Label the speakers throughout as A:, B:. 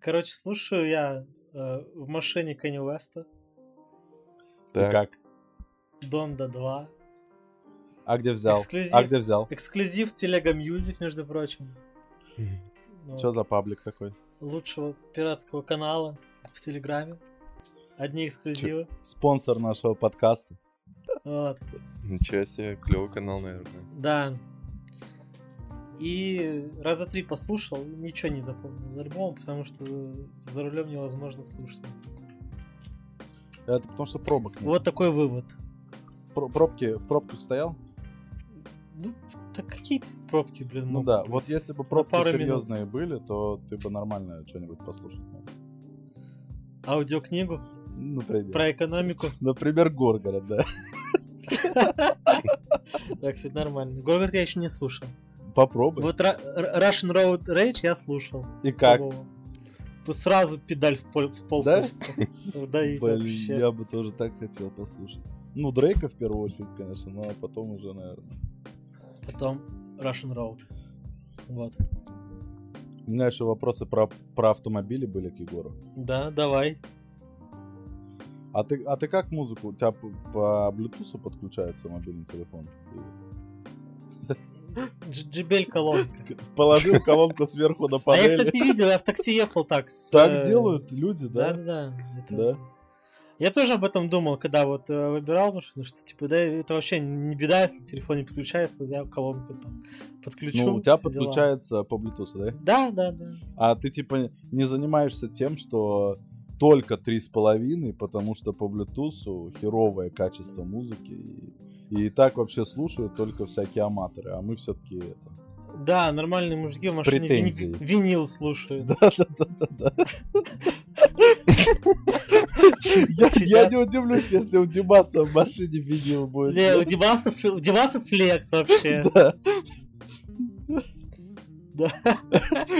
A: Короче, слушаю я э, в машине Кенни Уэста,
B: Так.
C: Ну Как?
A: Донда 2,
C: А где взял?
A: Эксклюзив.
C: А где взял?
A: эксклюзив Телега Мьюзик, между прочим. Ну,
C: Что за паблик такой?
A: Лучшего пиратского канала в Телеграме. Одни эксклюзивы.
C: Спонсор нашего подкаста.
A: Вот.
B: Ничего себе, клевый канал, наверное.
A: Да. И раза три послушал, ничего не запомнил из альбома, потому что за рулем невозможно слушать.
C: Это потому что пробок нет.
A: Вот такой вывод.
C: Про- пробки, в пробках стоял?
A: Ну, так какие тут пробки, блин,
C: Ну
A: могут
C: да,
A: быть?
C: вот если бы пробки
A: пару минут.
C: серьезные были, то ты бы нормально что-нибудь послушал.
A: Аудиокнигу
C: Например.
A: про экономику.
C: Например, Горгород, да.
A: Да, кстати, нормально. Горгород я еще не слушал.
C: Попробуй.
A: Вот Ра- Р- Russian Road Rage я слушал.
C: И как?
A: Пробовал. Тут сразу педаль в пол, в пол
C: Да?
A: хочется вдавить
C: Блин,
A: вообще.
C: я бы тоже так хотел послушать. Ну, Дрейка в первую очередь, конечно, но потом уже, наверное.
A: Потом Russian Road. Вот.
C: У меня еще вопросы про, про автомобили были к Егору.
A: Да, давай.
C: А ты, а ты как музыку? У тебя п- по Bluetooth подключается мобильный телефон?
A: Джибель колонка.
C: Ты Положил колонку сверху на
A: А я,
C: панели.
A: кстати, видел, я в такси ехал так. с,
C: Так
A: э,
C: делают люди,
A: Да,
C: да?
A: да,
C: Ну,
A: да. это-
C: Да.
A: Я тоже об этом думал, когда вот э, выбирал машину, что типа, да, это вообще не беда, если телефон не подключается, я колонку там подключу.
C: Ну, у тебя
A: все дела.
C: подключается по Bluetooth, да?
A: Да, да, да.
C: А ты типа не занимаешься тем, что только три с половиной, потому что по Bluetooth херовое качество музыки. И, и так вообще слушают только всякие аматоры, а мы все-таки это.
A: Да, нормальные мужики в
C: С
A: машине вини-
C: претензией.
A: винил слушают.
C: Да-да-да-да-да. Я я не удивлюсь, если у Димаса в машине винил будет.
A: Не, у Дивасов, у Дивасов флекс вообще.
C: Да.
A: Да.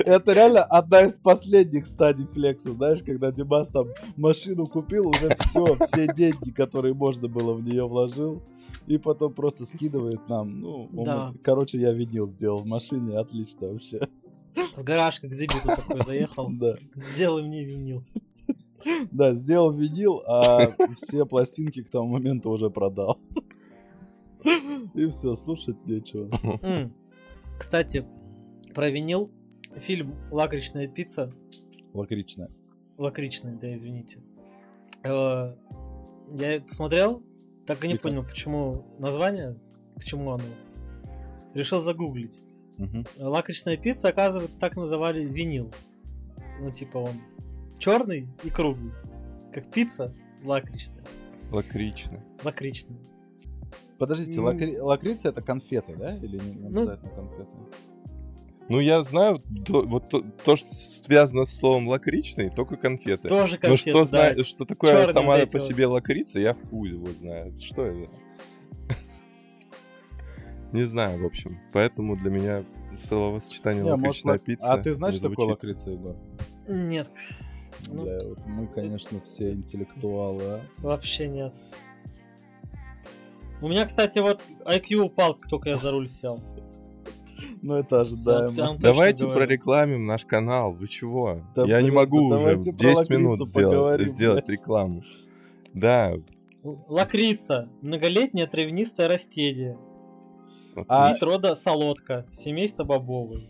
C: Это реально одна из последних стадий флекса, знаешь, когда Димас там машину купил, уже все, все деньги, которые можно было в нее вложил, и потом просто скидывает нам. Ну, он-
A: Да.
C: короче, я винил сделал в машине, отлично вообще.
A: В гараж к Зибиту такой заехал.
C: Да,
A: Сделай мне винил.
C: да, сделал винил, а все пластинки к тому моменту уже продал. И все, слушать нечего.
A: М. Кстати, про винил. Фильм «Лакричная пицца»
C: Лакричная.
A: лакричный, да, извините. Э, Я посмотрел, так и не
C: И как?
A: понял, почему название, к чему оно. Решил загуглить.
C: Мгм.
A: Лакричная пицца, оказывается, так называли винил. Ну, типа он черный и круглый. Как пицца лакричная.
B: Лакрично.
A: Лакричная.
C: Подождите,
A: М.
C: лакри- лакрица это конфеты, да? Или не не
A: Ну,
C: обязательно конфеты?
B: Ну, я знаю, то- вот то, то, что связано с словом лакричный, только конфеты.
A: Тоже конфеты,
B: Но Ну что,
A: да.
B: зна- что такое
A: Чёрные
B: сама
A: вот эти
B: по
A: вот.
B: себе лакрица, я хуй его знает. Что это? Не знаю, в общем. Поэтому для меня словосочетание
C: Не, может,
B: лакричная
C: лак-
B: пицца
C: А ты знаешь,
B: не
C: что такое
B: звучит.
C: лакрица, Егор?
A: Нет, Ну. э,
C: Бля, вот мы, конечно, все интеллектуалы, а.
A: вообще нет. У меня, кстати, вот IQ упал, как только я за руль сел.
C: Ну, это ожидаемо.
A: Я вам точно
B: Давайте
A: говорю.
B: прорекламим наш канал. Вы чего?
C: Да,
B: я не
C: блин,
B: могу
C: да
B: уже
C: давайте про
B: 10 минут
C: лакрицу
B: сделать,
C: поговорим,
B: сделать рекламу. Да,
A: Л- Лакрица. Многолетнее травянистое растение.
C: А-
A: Вид рода солодка. Семейство бобовых.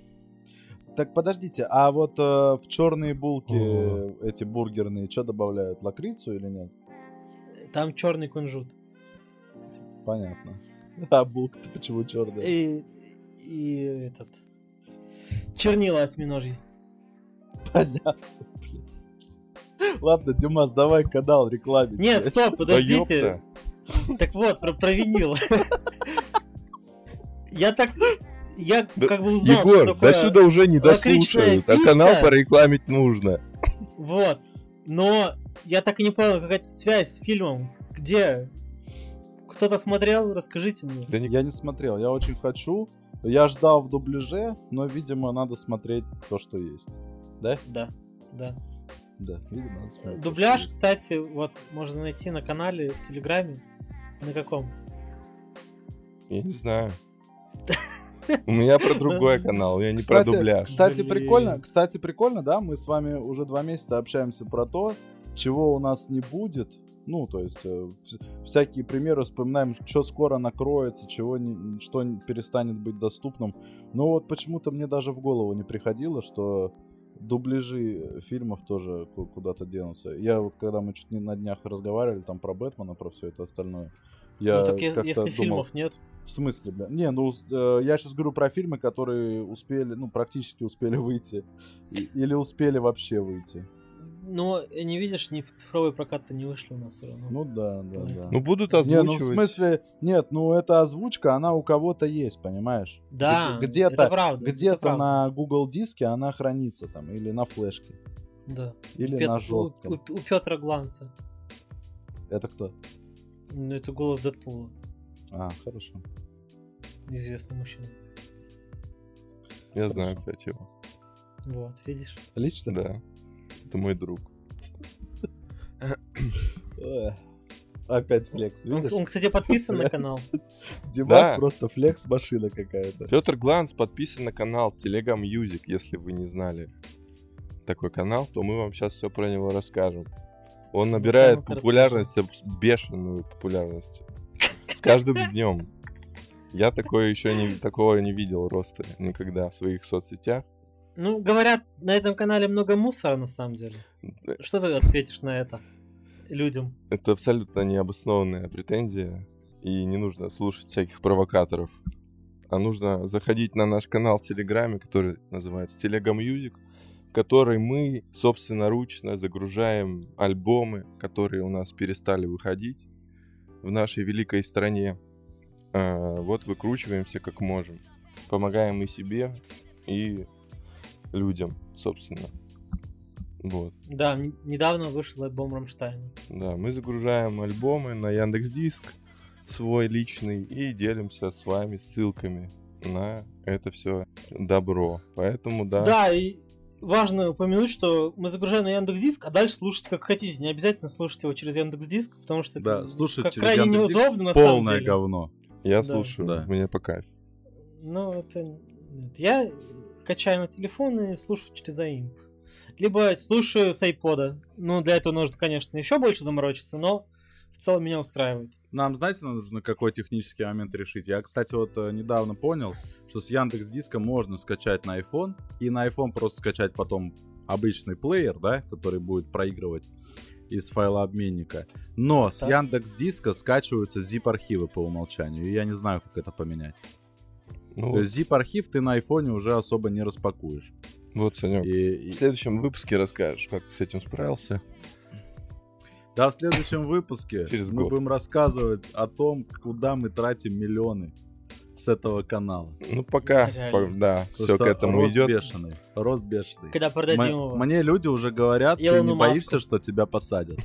C: Так, подождите, а вот э, в черные булки
B: О.
C: э, эти бургерные что добавляют? Лакрицу или нет?
A: Там черный кунжут.
C: Понятно. А булка-то почему черная?
A: И, и этот... Чернила осьминожьи.
C: Понятно, блин. Ладно, Димас, давай канал рекламе.
A: Нет, стоп,
B: Да
A: подождите.
B: ёпта.
A: Так вот, про, про винил. Я так... Я
B: Да,
A: как бы узнал, что
B: Егор,
A: такое...
B: до сюда уже не
A: лакричная
B: дослушают, а
A: пицца.
B: канал порекламить нужно.
A: Вот. Но я так и не понял, какая связь с фильмом. Где? Кто-то смотрел? Расскажите мне.
B: Да не-
C: Я не смотрел, я очень хочу. Я ждал в дубляже, но, видимо, надо смотреть то, что есть.
A: Да, да.
C: Да, видимо, надо смотреть. то, что
A: Дубляж,
C: есть.
A: кстати, вот можно найти на канале в Телеграме. На каком?
B: Я не знаю. У меня про другой канал, я не про дубляж.
C: Кстати,
A: Блин.
C: прикольно, кстати, прикольно, да, мы с вами уже два месяца общаемся про то, чего у нас не будет. Ну, то есть, э, вс- всякие примеры вспоминаем, что скоро накроется, чего не, что не- перестанет быть доступным. Но вот почему-то мне даже в голову не приходило, что дубляжи э, фильмов тоже ку- куда-то денутся. Я вот, когда мы чуть не на днях разговаривали там про Бэтмена, про все это остальное, я
A: Ну так е-
C: как-то
A: если
C: думал,
A: фильмов нет,
C: в смысле, бля? Не, ну с- э, я сейчас говорю про фильмы, которые успели, ну, практически успели выйти. И- Или успели вообще выйти.
A: но э, не видишь, ни в цифровой прокат-то не вышли у нас все равно.
C: Ну да, да,
A: Понятно.
C: да.
B: Ну, будут
C: не, ну
B: озвучивать.
C: в смысле, нет, ну эта озвучка, она у кого-то есть, понимаешь?
A: да,
C: где- где-то-
A: это правда. Ну, это
C: Где-то
A: правда,
C: на Google диске она хранится там, или на флешке,
A: Да.
C: или
A: Пет-
C: на
A: у-
C: жестком.
A: У, Петра Гланца.
C: Это кто?
A: Ну это голос Дэдпула,
C: А, хорошо.
A: известный мужчина.
B: Я знаю,
C: Хорошо.
B: кстати, его.
A: Вот, видишь?
C: Лично?
B: Да. Это мой друг.
C: Эх, Опять флекс,
A: Он,
C: видишь?
A: он, кстати, подписан на
C: Бля.
A: канал.
C: Димас
B: Да.
C: просто флекс машина какая-то.
B: Петр Гланс подписан на канал Телега Мьюзик, если вы не знали такой канал, то мы вам сейчас все про него расскажем. Он набирает
A: Ну-ка, ну-ка,
B: популярность, абс- бешеную популярность. С каждым днем. Я такое еще не, такого не видел роста никогда в своих соцсетях.
A: Ну, говорят, на этом канале много мусора, на самом деле. Что ты ответишь на это людям?
B: Это абсолютно необоснованная претензия, и не нужно слушать всяких провокаторов. А нужно заходить на наш канал в Телеграме, который называется Телега Мьюзик, в который мы собственноручно загружаем альбомы, которые у нас перестали выходить в нашей великой стране. А, Вот выкручиваемся как можем. Помогаем и себе, и людям, собственно. Вот.
A: Да, н- недавно вышел альбом Рамштайна.
B: Да, мы загружаем альбомы на Яндекс Диск свой личный и делимся с вами ссылками на это все добро. Поэтому да.
A: Да, и важно упомянуть, что мы загружаем на Яндекс.Диск, а дальше слушайте как хотите. Не обязательно слушать его через Яндекс.Диск, потому что
C: Да,
A: это
C: слушать
A: как
C: через
A: крайне
C: Яндекс.Диск
A: неудобно на самом
C: Полное
A: деле.
C: говно.
B: Я
A: да.
B: слушаю,
C: Да.
B: мне по кайфу.
A: Ну, это... нет. Я качаю на телефон и слушаю через AIMP. Либо слушаю с айпода. Ну, для этого нужно, конечно, еще больше заморочиться, но в целом меня устраивает.
C: Нам, знаете, нужно какой технический момент решить? Я, кстати, вот э, недавно понял, что с Яндекс Диска можно скачать на iPhone, и на iPhone просто скачать потом обычный плеер, да, который будет проигрывать из файлообменника. Но с
A: Так.
C: Яндекс Диска скачиваются zip-архивы по умолчанию, и я не знаю, как это поменять.
B: Ну,
C: То есть zip-архив ты на iPhone уже особо не распакуешь.
B: вот, Санек,
C: И- и-
B: в следующем выпуске расскажешь, как ты с этим справился.
C: Да, в следующем выпуске
B: Через
C: мы
B: год.
C: будем рассказывать о том, куда мы тратим миллионы с этого канала.
B: Ну, пока,
A: Это реально.
B: по- да,
C: Потому
B: все к
C: что
B: этому
C: рост
B: идет.
C: Бешеный, рост бешеный.
A: Когда продадим
C: М-
A: его.
C: Мне люди уже говорят, ты
A: Илону
C: не
A: Маску.
C: боишься, что тебя посадят.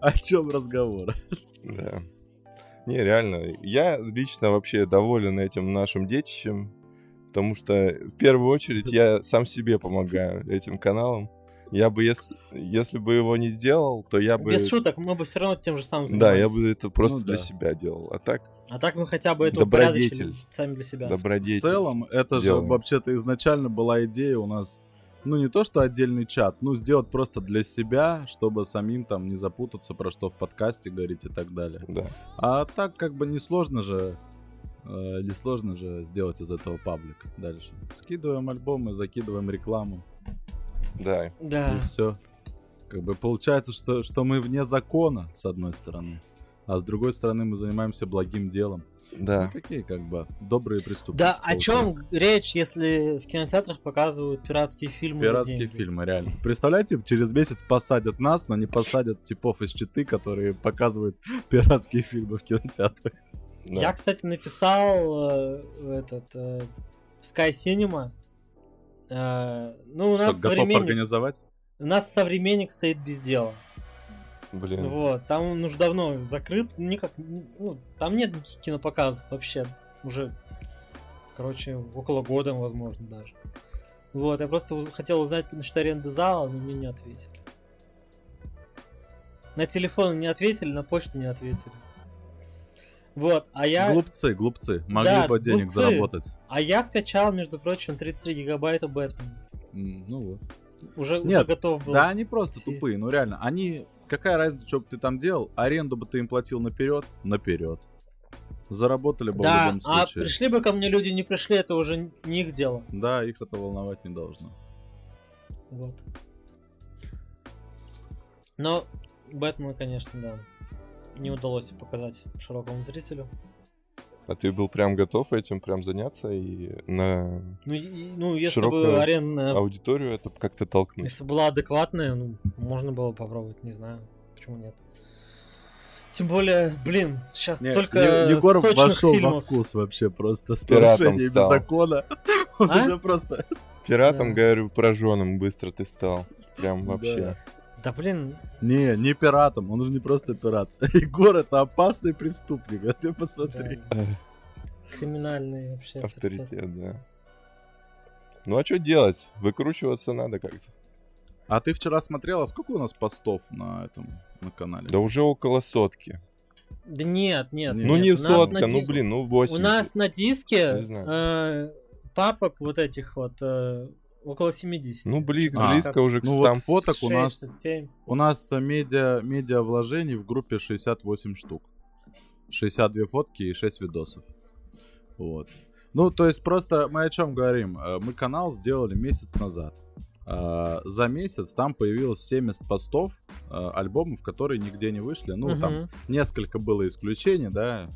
C: О чем разговор?
B: Да. Не, реально, я лично вообще доволен этим нашим детищем, потому что в первую очередь я сам себе помогаю этим каналом. Я бы, если, если бы его не сделал, то я бы...
A: Без шуток, мы бы все равно тем же самым
B: Да, я
A: занимались.
B: бы это просто
C: Ну
B: для
C: да.
B: себя делал. А так,
A: А так мы хотя бы это
B: Добродетель.
A: упорядочили сами для себя.
B: добродетель.
C: В целом, это же
B: Делаем.
C: вообще-то изначально была идея у нас, ну не то, что отдельный чат, ну сделать просто для себя, чтобы самим там не запутаться, про что в подкасте говорить и так далее.
B: Да.
C: А так как бы несложно же, э, несложно же сделать из этого паблик дальше. Скидываем альбомы, закидываем рекламу.
B: Да.
A: Да.
C: и все. Как бы получается, что, что мы вне закона, с одной стороны. А с другой стороны, мы занимаемся благим делом. Ну,
B: Да.
C: какие, как бы, добрые преступления.
A: Да, о чем речь, если в кинотеатрах показывают пиратские фильмы? за
C: Пиратские
A: деньги?
C: фильмы, реально. Представляете, через месяц посадят нас, но не посадят типов из Читы, которые показывают пиратские фильмы в кинотеатрах. Ну,
B: да.
A: Я, кстати, написал э, этот э, Sky Cinema. Э, ну, у
C: Что,
A: нас,
C: готов
A: современник,
C: организовать?
A: у нас современник стоит без дела.
B: Блин.
A: Вот, там он уже давно закрыт, никак, ну, там нет никаких кинопоказов вообще, уже, короче, около года, возможно, даже. Вот, я просто уз- хотел узнать насчет аренды зала, но мне не ответили. На телефон не ответили, на почту не ответили. Вот, а я...
C: Глупцы, глупцы. Могли
A: Да,
C: бы денег
A: глупцы.
C: заработать.
A: А я скачал, между прочим, 33 гигабайта Бэтмена.
C: М, Ну вот.
A: Уже, уже
C: Нет,
A: готов был.
C: Да, они просто
A: Все.
C: тупые, ну реально. Они, какая разница, что бы ты там делал, аренду бы ты им платил наперед, наперед. Заработали бы в
A: Да,
C: любом
A: а
C: случае.
A: пришли бы ко мне люди, не пришли, это уже не их дело.
C: Да, их это волновать не должно.
A: Вот. Но Бэтмена, конечно, да, не удалось показать широкому зрителю.
B: А ты был прям готов этим прям заняться и на
A: Ну, и- и- ну если бы
B: Широкую
A: арена э,
B: аудиторию это как-то толкнуть.
A: Если была адекватная, ну, можно было попробовать, не знаю, почему нет. Тем более, блин, сейчас
C: Не,
A: столько
C: Е- Егоров
A: сочных
C: вошел во
A: фильмов.
C: вкус вообще просто с
B: Пиратом
C: нарушениями
B: стал.
C: закона. Он
A: А?
C: уже просто...
B: Пиратом,
A: Да.
B: говорю, пораженным быстро ты стал. Прям вообще.
A: Да блин,
C: Не, не пиратом, он же не просто пират. Егор это опасный преступник, а ты посмотри.
A: реально,
B: Эх,
A: криминальный вообще авторитет.
B: Авторитет, да. Ну а что делать? Выкручиваться надо как-то.
C: А ты вчера смотрела, сколько у нас постов на этом, на канале?
B: Да уже около сотки.
A: Да нет, нет.
C: Ну,
B: Ну
A: нет,
B: не
A: у нас
B: сотка,
A: на
B: ну
A: ди-
B: блин, ну
A: У
B: 8.
A: нас на диске
B: Не знаю.
A: э, папок вот этих вот э, около 70.
B: Ну блин,
C: А.
B: близко уже к
C: Ну вот
B: 100.
C: фоток у нас
A: 67.
C: У нас э, медиа, медиа вложений в группе 68 штук. 62 фотки и 6 видосов. Вот. Ну, то есть просто мы о чем говорим? Э, Мы канал сделали месяц назад. А, За месяц там появилось 70 постов э, альбомов, которые нигде не вышли. Ну, там
A: Мгм.
C: несколько было исключений, да.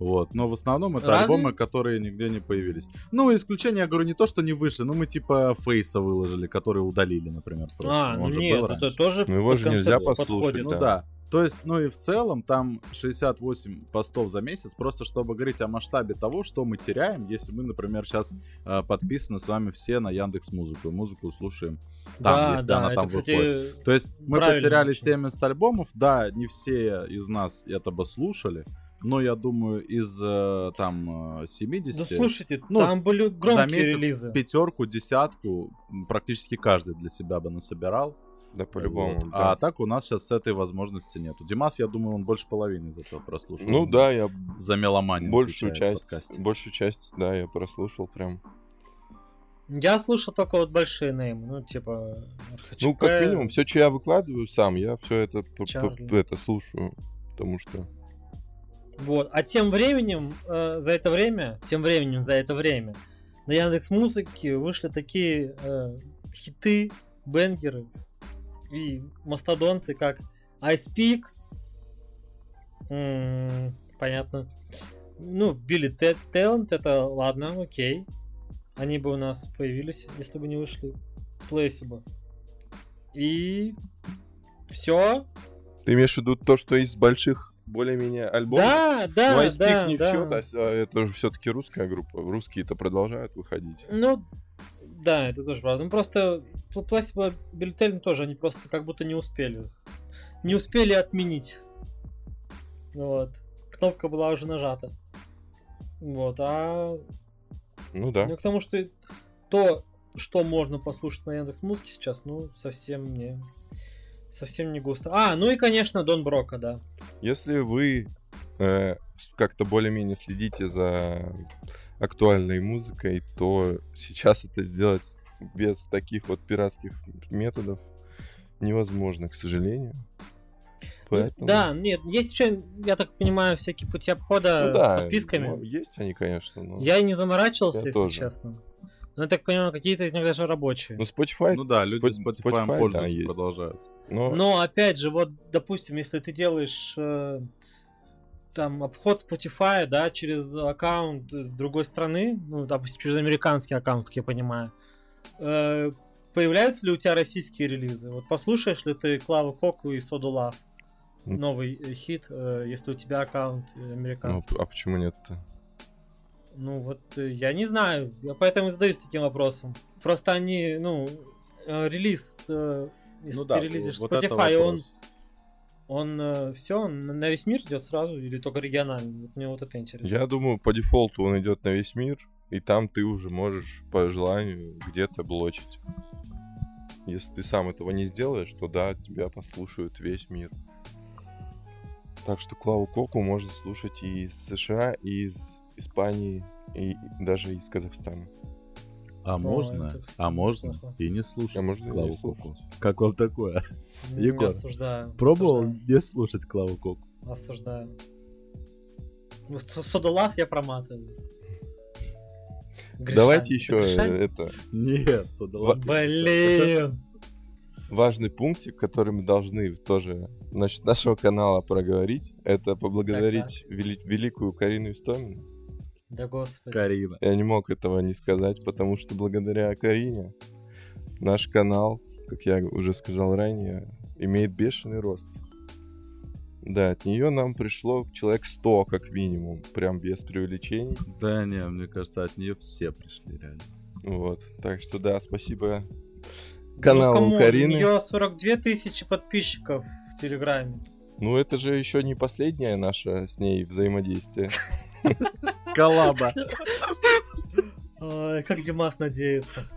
C: Вот, но в основном это
A: Разве?
C: альбомы, которые нигде не появились. Ну, исключение, я говорю, не то, что не вышли, но мы типа фейса выложили, который удалили, например. просто.
A: А,
C: Он
A: ну
C: же
A: нет,
C: был
A: это
C: раньше.
A: тоже
B: Ну, его
A: по
B: же нельзя
A: концепции
B: послушать,
A: подходит.
C: Ну
B: Да.
C: да. То есть, ну и в целом там 68 постов за месяц, просто чтобы говорить о масштабе того, что мы теряем, если мы, например, сейчас подписаны с вами все на Яндекс Музыку, музыку слушаем.
A: да,
C: если
A: да,
C: она
A: это,
C: там
A: кстати,
C: То есть мы
A: Правильно
C: потеряли
A: очень.
C: 70 альбомов, да, не все из нас это бы слушали, но я думаю, из э, там э, 70...
A: Да слушайте,
C: Ну,
A: там были
C: за
A: громкие
C: месяц
A: релизы.
C: пятерку, десятку м, практически каждый для себя бы насобирал.
B: Да по-любому.
C: Вот.
B: да.
C: А так у нас сейчас этой возможности нету. Димас, я думаю, он больше половины из этого прослушал.
B: Ну
C: Он
B: да, я
C: За меломанию
B: большую
C: отвечает в
B: часть,
C: подкасте.
B: большую часть, да, я прослушал прям.
A: Я слушал только вот большие неймы, ну типа RHCP,
B: Ну, как минимум, все, что я выкладываю сам, я все это, п- п-
A: Чарли.
B: п- это слушаю. Потому что.
A: Вот. А тем временем, э, за это время, тем временем, за это время, на Яндекс Музыке вышли такие э, хиты, бенгеры и мастодонты, как Ice Peak, м, понятно, ну, Билли Талент, это ладно, окей, они бы у нас появились, если бы не вышли, Плейсибо. И все.
B: Ты имеешь в виду то, что из больших более-менее альбомов?
A: Да, да,
B: Ну, Ice Peak
A: да,
B: не в
A: да.
B: счет, а с- а это же все-таки русская группа. Русские-то продолжают выходить.
A: Ну, да, это тоже правда. Ну, просто Пл- Пластиба Бельтельн тоже, они просто как будто не успели. Не успели отменить. Вот. Кнопка была уже нажата. Вот, а...
B: Ну да.
A: Ну, к тому, что то, что можно послушать на Яндекс Музыке сейчас, ну, совсем не... Совсем не густо. А, ну и, конечно, Дон Брока, да.
B: Если вы э, с- как-то более-менее следите за актуальной музыкой, то сейчас это сделать без таких вот пиратских методов невозможно, к сожалению. Поэтому-
A: Да, нет, есть еще, я так понимаю, всякие пути обхода
B: Ну да,
A: э, с подписками.
B: ну, есть они, конечно, но...
A: Я и не заморачивался,
B: Я
A: если
B: тоже.
A: честно. Но я так понимаю, какие-то из них даже рабочие.
B: Ну, Spotify...
C: Ну да, люди
B: Спо-
C: с Spotify,
B: да,
C: пользуются,
B: есть.
C: продолжают.
B: Но... ну,
A: Но опять же, вот, допустим, если ты делаешь э, там обход Spotify, да, через аккаунт э, другой страны, ну, допустим, через американский аккаунт, как я понимаю, э, появляются ли у тебя российские релизы? Вот послушаешь ли ты Клаву Коку и Соду Лав?
B: М.
A: Новый э, хит, э, если у тебя аккаунт э,
B: ну,
A: американский.
B: а почему нет-то?
A: Ну вот э, я не знаю, я поэтому и задаюсь таким вопросом. Просто они, ну, э, релиз, э, если
C: Ну
A: ты
C: да,
A: релизишь
C: вот это
A: Spotify, он,
C: вопрос.
A: он все, он на- на весь мир идет сразу или только регионально? Вот мне вот это интересно.
B: Я думаю, по дефолту он идет на весь мир, и там ты уже можешь по желанию где-то блочить. Если ты сам этого не сделаешь, то да, тебя послушают весь мир. Так что Клаву Коку можно слушать и из США, и из Испании, и даже из Казахстана.
D: А можно,
A: это, кстати,
D: а можно
A: неплохо.
D: и не слушать
B: А можно и не
D: Клаву
B: слушать.
D: Коку. Как вам такое?
A: Не
D: Егор,
A: Ну, осуждаю.
D: Пробовал
A: осуждаю.
D: не слушать Клаву Коку?
A: Осуждаю. Вот со- Содолав я проматываю. Гришань.
B: Давайте э,
A: Ты
B: еще
A: Гришань?
B: э, это
D: Нет, Садалак.
A: Блин!
B: важный пунктик, который мы должны тоже значит, нашего канала проговорить. Это поблагодарить вели- великую Карину Истомину.
A: Да господи.
D: Карина.
B: Я не мог этого не сказать, потому что благодаря Карине наш канал, как я уже сказал ранее, имеет бешеный рост. Да, от нее нам пришло человек 100 как минимум, прям без преувеличений.
D: Да не, мне кажется, от нее все пришли реально.
B: Вот, так что да, спасибо
A: Ну,
B: каналу
A: камон,
B: Карины.
A: У нее 42 тысячи подписчиков в Телеграме.
B: Ну это же еще не последнее наше с ней взаимодействие.
D: Коллаба.
A: Ой, как Димас надеется.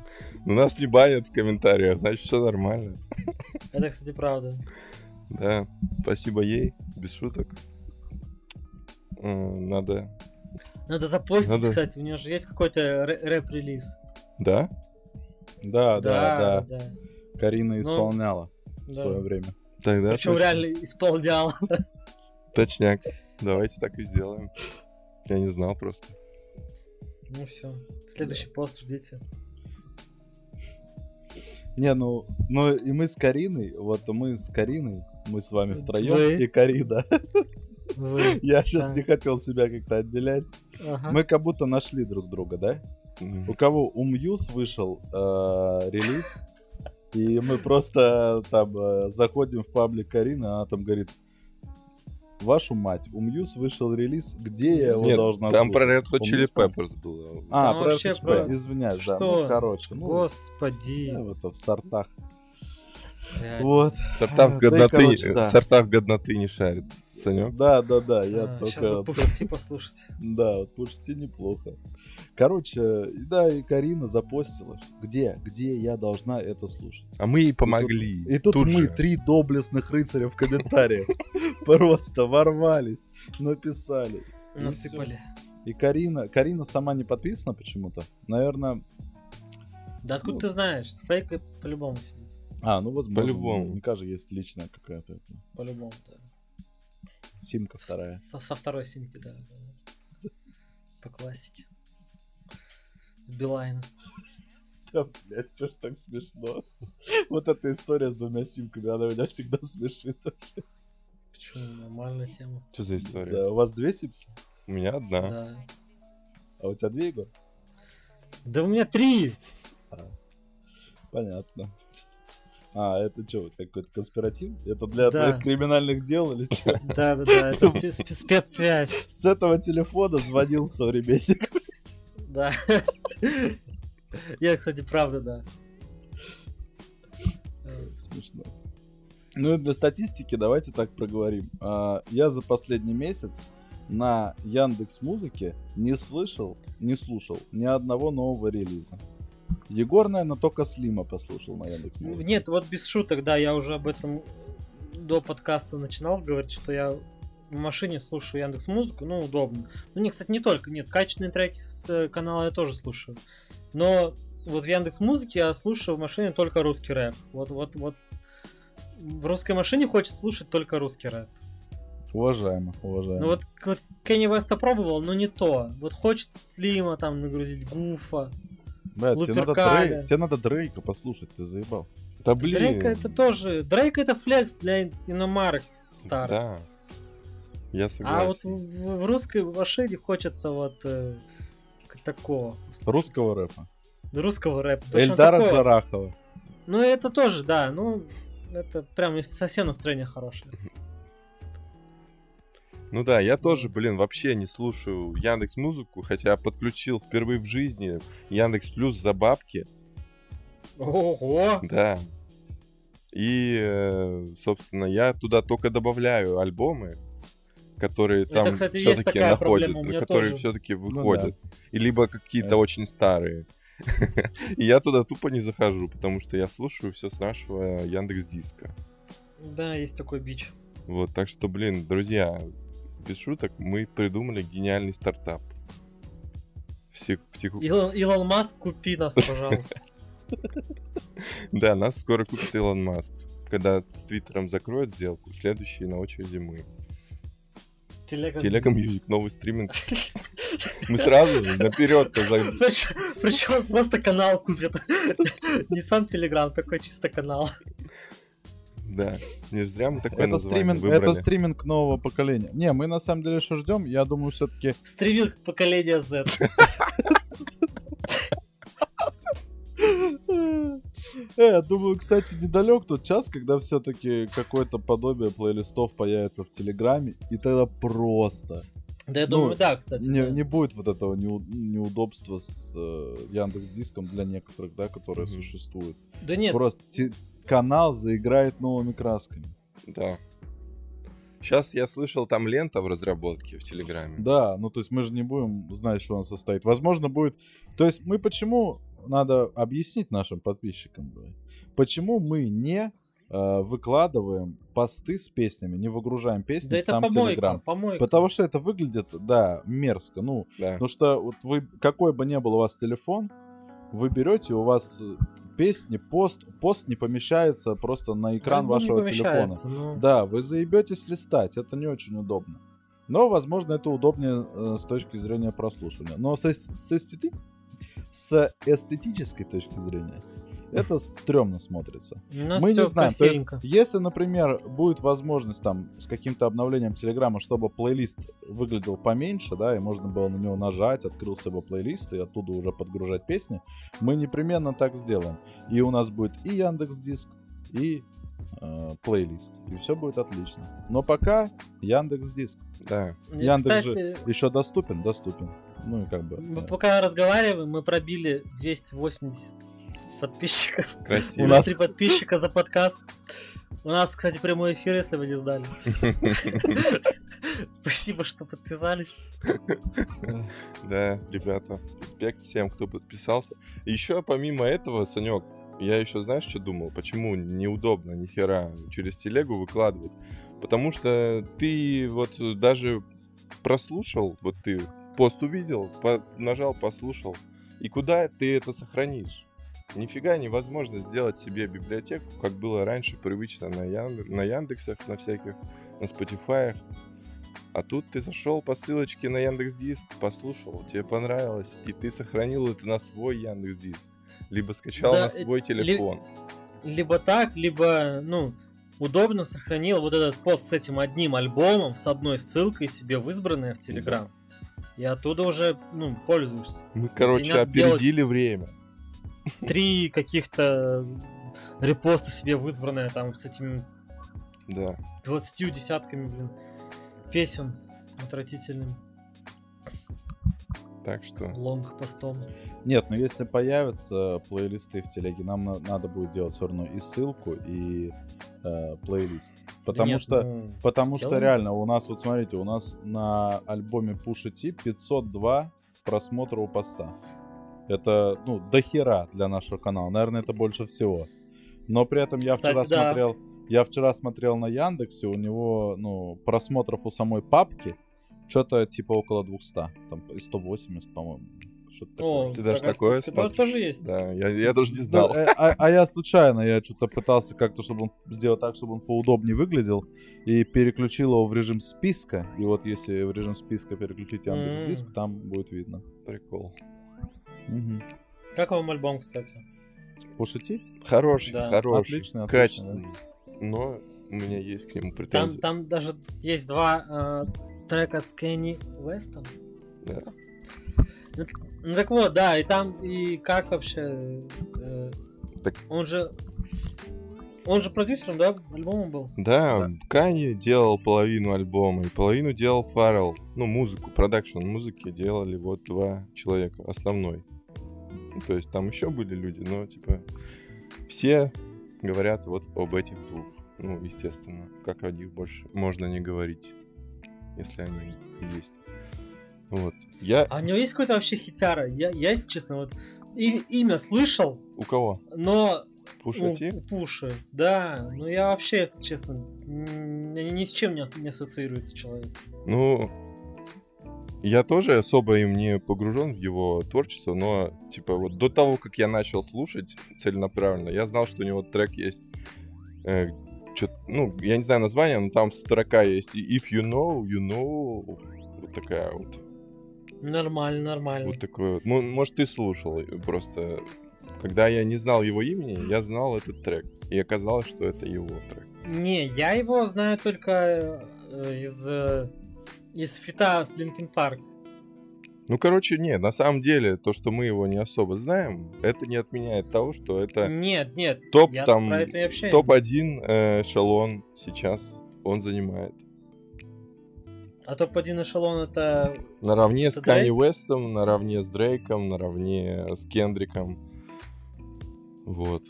B: Ну, нас не банят в комментариях, значит все нормально.
A: Это, кстати, правда.
B: Да, спасибо ей, без шуток. М, Надо...
A: Надо запостить,
B: Надо.
A: кстати, у нее же есть какой-то рэ- рэп-релиз.
B: Да?
C: Да, А, да, да.
A: да.
C: Карина
A: Ну,
C: исполняла в
A: да.
C: свое время.
B: Тогда
A: Причем
B: точно.
A: реально исполнял.
B: Точняк. Давайте так и сделаем. Я не знал просто.
A: Ну все, следующий пост ждите.
C: Не, ну, ну и мы с Кариной, вот мы с Кариной, мы с вами втроем
A: Вы.
C: и Карина.
A: Вы.
C: Я сейчас
A: Да. А?
C: не хотел себя как-то отделять.
A: Ага.
C: Мы как будто нашли друг друга, да?
B: М.
C: У кого у Мьюз вышел э, релиз, и мы просто там э, заходим в паблик Карины, она там говорит, вашу мать, у Мьюз вышел релиз, где я его
B: Нет,
C: должна
B: там
C: слушать?»
B: про Red Hot Chili
C: Помнишь, помнишь?
B: Peppers было.
C: А,
A: Там
C: про
A: вообще
C: FHP,
A: про-
C: извиняюсь, да,
A: Что?
C: ну, короче, ну,
A: Господи.
C: да, вот в сортах.
A: реально.
C: Вот,
B: Сортав
C: да и
B: годноты,
C: короче, да.
B: сортав годноты не шарит, Санек.
C: да, да, да, я
A: А, Сейчас
C: только
A: бы Пушти послушать.
C: Да, вот пушите неплохо. Короче, и да, и Карина запостила. что Где, где я должна это слушать?
B: А мы ей помогли.
C: И тут, мы,
B: же.
C: три доблестных рыцаря в комментариях, просто ворвались, написали. Ну,
A: Насыпали.
C: И Карина, Карина сама не подписана почему-то. Наверное,
A: Да откуда
C: Ну.
A: ты знаешь? С фейкой по-любому сидит.
C: а, ну возможно.
B: По-любому.
C: Наверняка же есть личная какая-то это,
A: По-любому, да.
C: симка
A: С-
C: вторая.
A: Со, со второй симки, да. да. По классике. С Билайна.
C: Да, блядь, что ж так смешно. Вот эта история с двумя симками, она меня всегда смешит.
A: Почему? Нормальная тема.
B: Что за история?
C: Да, у вас две симки?
B: У меня одна.
A: Да.
C: А у тебя две, Егор?
A: Да у меня три!
C: Понятно. А, это что, какой-то конспиратив? Это для
A: Да.
C: твоих криминальных дел или что?
A: Да, да, да, это спе- спе- спецсвязь.
C: С этого телефона звонил современник.
A: Да. Я, кстати, правда, да. Э,
C: Смешно. Ну и для статистики давайте так проговорим. А, Я за последний месяц на Яндекс Музыке не слышал, не слушал ни одного нового релиза. Егор, наверное, только Слима послушал на Яндекс
A: Ну,
C: Музыке.
A: Нет, вот без шуток, да, я уже об этом до подкаста начинал говорить, что я в машине слушаю Яндекс Музыку, ну удобно. Ну, не, кстати, не только, нет, скачанные треки с э, канала я тоже слушаю. Но вот в Яндекс Музыке я слушаю в машине только русский рэп. Вот, вот, вот. В русской машине хочется слушать только русский рэп.
C: Уважаемо, уважаемо.
A: Ну вот, к- вот Кенни Веста пробовал, но не то. Вот хочется Слима там нагрузить, Гуфа.
C: Бля, тебе, надо
A: Луперкаля.
C: Дрей- тебе надо Дрейка послушать, ты заебал.
B: Да блин.
A: Дрейка это тоже... Дрейка это флекс для ин- иномарок старых.
B: Да. Я
A: А вот в,
B: согласен.
A: в- в русской машине хочется вот э, к- такого. услышать.
C: Русского рэпа.
A: Да, Русского рэпа. Причём
C: Эльдара
A: такого.
C: Джарахова.
A: Ну, это тоже, да. Ну, это прям если совсем настроение хорошее.
B: Ну да, я тоже, блин, вообще не слушаю Яндекс Музыку, хотя подключил впервые в жизни Яндекс Плюс за бабки.
A: Ого!
B: Да. И, э, собственно, я туда только добавляю альбомы, которые
A: Это,
B: там
A: кстати, есть
B: все-таки
A: такая
B: находят,
A: проблема у меня
B: которые
A: тоже.
B: все-таки
C: да.
B: выходят. И либо какие-то
C: Э.
B: очень старые. И я туда тупо не захожу, потому что я слушаю все с нашего Яндекс Диска.
A: Да, есть такой бич.
B: Вот, так что, блин, друзья, без шуток, мы придумали гениальный стартап. Все втиху...
A: Илон, Илон Маск, купи нас, пожалуйста.
B: Да, нас скоро купит Илон Маск. Когда с Твиттером закроют сделку, следующие на очереди мы.
A: Телега.
B: Телега Мьюзик, новый стриминг. Мы сразу же наперед-то за-
A: Причем просто канал купит. Не сам Телеграм, такой чисто канал.
B: Да, не зря мы такое
C: Это
B: название
C: стриминг, это
B: выбрали.
C: стриминг нового поколения. Не, мы на самом деле что ждем? Я думаю, все-таки
A: Стриминг поколения Z.
C: Э, Я думаю, кстати, недалек тот час, когда все-таки какое-то подобие плейлистов появится в Телеграме, и тогда просто
A: Да, я
C: Ну,
A: думаю, да, кстати.
C: не,
A: да.
C: не будет вот этого неу- неудобства с Яндекс Диском для некоторых, да, которые
B: Мгм.
C: существуют.
A: Да нет,
C: Просто те- канал заиграет новыми красками.
B: Да. Сейчас я слышал, там лента в разработке в Телеграме.
C: Да, ну то есть мы же не будем знать, что он состоит. Возможно, будет. То есть мы почему надо объяснить нашим подписчикам, да, почему мы не э, выкладываем посты с песнями, не выгружаем песни
A: да
C: в
A: это
C: сам
A: помойка,
C: Телеграм.
A: помойка.
C: Потому что это выглядит, да, мерзко. Ну,
B: Да.
C: потому что вот вы, какой бы ни был у вас телефон, вы берете, у вас э, песни, пост, пост не помещается просто на экран
A: Ну, не
C: вашего телефона.
A: помещается, ну.
C: Да, вы заебетесь листать, это не очень удобно. Но, возможно, это удобнее э, с точки зрения прослушивания. Но с, эс- с эстети- с эстетической точки зрения это стрёмно смотрится.
A: У нас
C: Мы
A: Ну, всё
C: не знаем. То есть,
A: косенько.
C: если, например, будет возможность там с каким-то обновлением Телеграма, чтобы плейлист выглядел поменьше, да, и можно было на него нажать, открылся бы плейлист, и оттуда уже подгружать песни, мы непременно так сделаем. И у нас будет и Яндекс Диск, и э, плейлист. И все будет отлично. Но пока Яндекс Диск
B: Да.
A: Мне,
C: Яндекс
A: Кстати,
C: еще доступен, доступен. Ну и как бы.
A: мы
C: э,
A: пока разговариваем, мы пробили 280 подписчиков. У
B: Красиво.
A: нас три подписчика за подкаст. У нас, кстати, прямой эфир, если вы не знали. Спасибо, что подписались.
B: Да, ребята, респект всем, кто подписался. И еще помимо этого, Санек, я еще знаешь, что думал? Почему неудобно ни хера через телегу выкладывать? Потому что ты вот э, даже прослушал, вот ты пост увидел, по- нажал, послушал. И куда ты это сохранишь? Нифига невозможно сделать себе библиотеку, как было раньше привычно на, Ян- на Яндексах, на всяких, на Spotify. А тут ты зашел по ссылочке на Яндекс Диск, послушал, тебе понравилось, и ты сохранил это на свой Яндекс Диск, либо скачал
A: Да,
B: на свой
A: э, ли-
B: телефон.
A: Либо так, либо, ну, удобно сохранил вот этот пост с этим одним альбомом, с одной ссылкой себе в избранное в Телеграм. И оттуда уже, ну, пользуешься.
B: Мы, короче,
A: надо делать-
B: опередили время.
A: Три каких-то репоста себе в избранное, там, с этими
B: Да.
A: 20 десятками, блин, песен отвратительным
B: Так что
A: лонг постом.
C: Нет, но если появятся плейлисты в телеге, нам на- надо будет делать все равно и ссылку, и э, плейлист. Потому что.
A: ну,
C: Потому что реально, у нас, вот смотрите, у нас на альбоме Pusha T 502 просмотра у поста. Это, ну, до хера для нашего канала. Наверное, это больше всего. Но при этом я
A: Кстати,
C: вчера
A: да.
C: смотрел... Я вчера смотрел на Яндексе, у него, ну, просмотров у самой папки что-то типа около 200. Там 180, по-моему. Что-то такое.
A: О,
B: Ты даже
A: такая
B: такое
A: статистика
B: смотришь?
A: тоже есть.
B: Да, я, я тоже не
C: Ну,
B: знал.
C: э, а, а я случайно, я что-то пытался как-то, чтобы он сделать так, чтобы он поудобнее выглядел, и переключил его в режим списка. И вот если в режим списка переключить Яндекс
A: М.
C: Диск, там будет видно.
B: Прикол.
C: Мгм.
A: Как вам альбом, кстати?
C: Пошути?
B: Хороший,
A: Да.
B: хороший,
C: Отлично, отлично,
B: качественный. Но у меня есть к нему
A: Там,
B: претензии.
A: там даже есть два э, трека с Кенни Уэстом.
B: Да.
A: Ну, т- ну так вот, да, и там, и как вообще... э,
B: Так-
A: Он же... Он же продюсером, да, альбома был?
B: Да, Канье делал половину альбома, и половину делал Фаррелл. Ну, музыку, продакшн музыки делали вот два человека, основной. Ну, то есть там еще были люди, но, типа, все говорят вот об этих двух. Ну, естественно, как о них больше можно не говорить, если они есть. Вот. Я...
A: А у него есть какой-то вообще хитяра? Я, я если честно, вот и- имя слышал,
B: У кого?
A: но
B: Пушати?
A: У, у Пуши, да. Ну я вообще, если честно, м, ни ни с чем не ас- не ассоциируется человек.
B: Ну, я тоже особо им не погружен в его творчество, но, типа, вот до того, как я начал слушать целенаправленно, я знал, что у него трек есть, э, чё- ну, я не знаю название, но там строка есть, и if you know, you know, вот такая вот,
A: Нормально, нормально.
B: вот такой вот. Ну, может, ты слушал э, просто. Когда я не знал его имени, я знал этот трек, и оказалось, что это его трек.
A: Не, я его знаю только э, из, э, из фита с Линкин Парк.
B: Ну, короче, нет, на самом деле, то, что мы его не особо знаем, это не отменяет того, что это
A: Нет, нет.
B: Топ
A: я
B: там-
A: про это и вообще.
B: Топ-1 э, эшелон сейчас он занимает.
A: А топ-1 эшелон это...
B: Наравне с
A: Это
B: Канни
A: Дрейк?
B: Уэстом, наравне с Дрейком, наравне с Кендриком. Вот.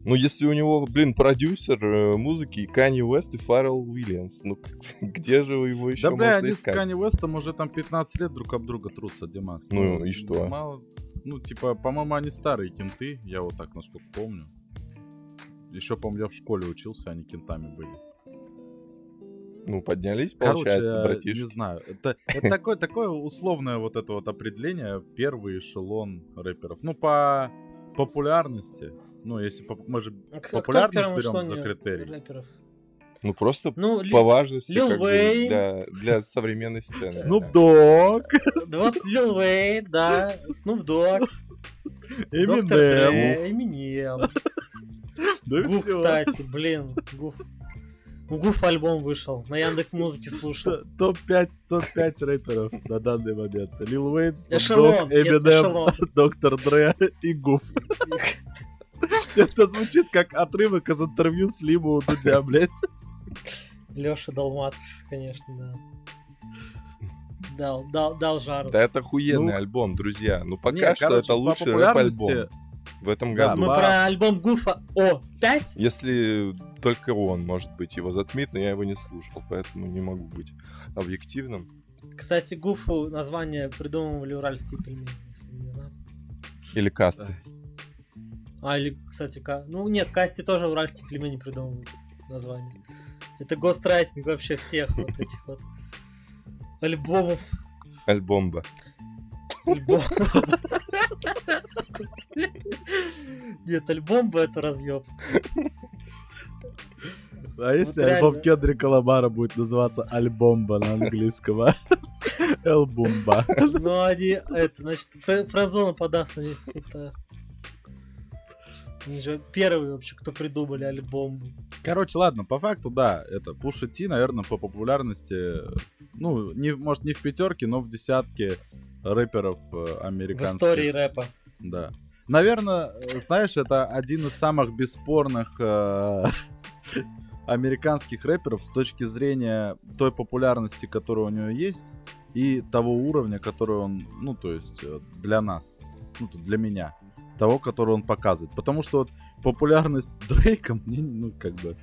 B: Ну, если у него, блин, продюсер э, музыки Канни Уэст и Фаррелл Уильямс. Ну, где же вы его еще
C: Да, бля,
B: можно
C: они с
B: искать?
C: Канни Уэстом уже там 15 лет друг об друга трутся, Димас.
B: Ну, и что?
C: Мало... Ну, типа, по-моему, они старые кенты, я вот так, насколько помню. Еще, помню, я в школе учился, они кентами были.
B: Ну, поднялись,
C: Короче,
B: получается,
C: э,
B: братишки.
C: не знаю. Это, это такое, такое условное вот это вот определение, первый эшелон рэперов. Ну, по популярности. Ну, если по- мы же
A: а кто- кто в
C: популярность
A: первом
C: берем за
A: эшелоне
C: критерий.
A: рэперов?
B: Ну, просто
A: Ну, Ли-
B: по важности
A: Лил
B: как бы,
A: Уэйн.
B: для, для современной сцены.
C: Snoop Dogg,
A: вот Lil Wayne, да, Snoop Dogg, Dr.
C: Eminem.
A: Dre, Eminem.
C: Да и
A: Гуф,
C: всё.
A: кстати, блин, Гуф. У Гуф альбом вышел, на Яндекс Музыке слушал.
C: Т- Топ-5 топ-5 рэперов на данный момент. Лил Уэйн, Snoop Dogg,
A: Эшелон, нет,
C: Eminem,
A: эшелон.
C: Доктор Дре и Гуф. Это звучит как отрывок из интервью с Лима у Дудя, блядь.
A: Леша Долматов, конечно, да. Дал, дал, дал жару.
B: Да это охуенный
C: Ну,
B: альбом, друзья. Ну, пока
C: Не,
B: что
C: короче,
B: это
C: по
B: лучший
C: популярности-
B: альбом в этом
C: Да,
B: году.
A: Мы
C: два.
A: про альбом Гуфа О5.
B: Если только он, может быть, его затмит, но я его не слушал, поэтому не могу быть объективным.
A: Кстати, Гуфу название придумывали уральские пельмени, если вы не знали.
B: Или касты.
A: А, или, кстати, Ка... ну нет, Касти тоже уральские пельмени придумывают название. Это гострайтинг вообще всех вот этих вот альбомов.
B: Альбомба.
A: Альбомов. Нет, альбом бы это разъеб.
C: А если
A: реально.
C: альбом Кендрика Ламара будет называться Альбомба на английском, а? Элбумба.
A: Но Ну, они, это, значит, Фре- Френдзона подаст на них в суд, да. Они же первые вообще, кто придумали альбом.
C: Короче, ладно, по факту, да, это Пуша Ти, наверное, по популярности, э, ну, не, в- может, не в пятерке, но в десятке рэперов э,
A: В
C: американских.
A: истории рэпа.
C: Да. Наверное, знаешь, это один из самых бесспорных э, американских рэперов с точки зрения той популярности, которая у него есть, и того уровня, который он, ну, то есть э, для нас, ну, то для меня, того, который он показывает. Потому что вот популярность Дрейка мне, ну, как бы,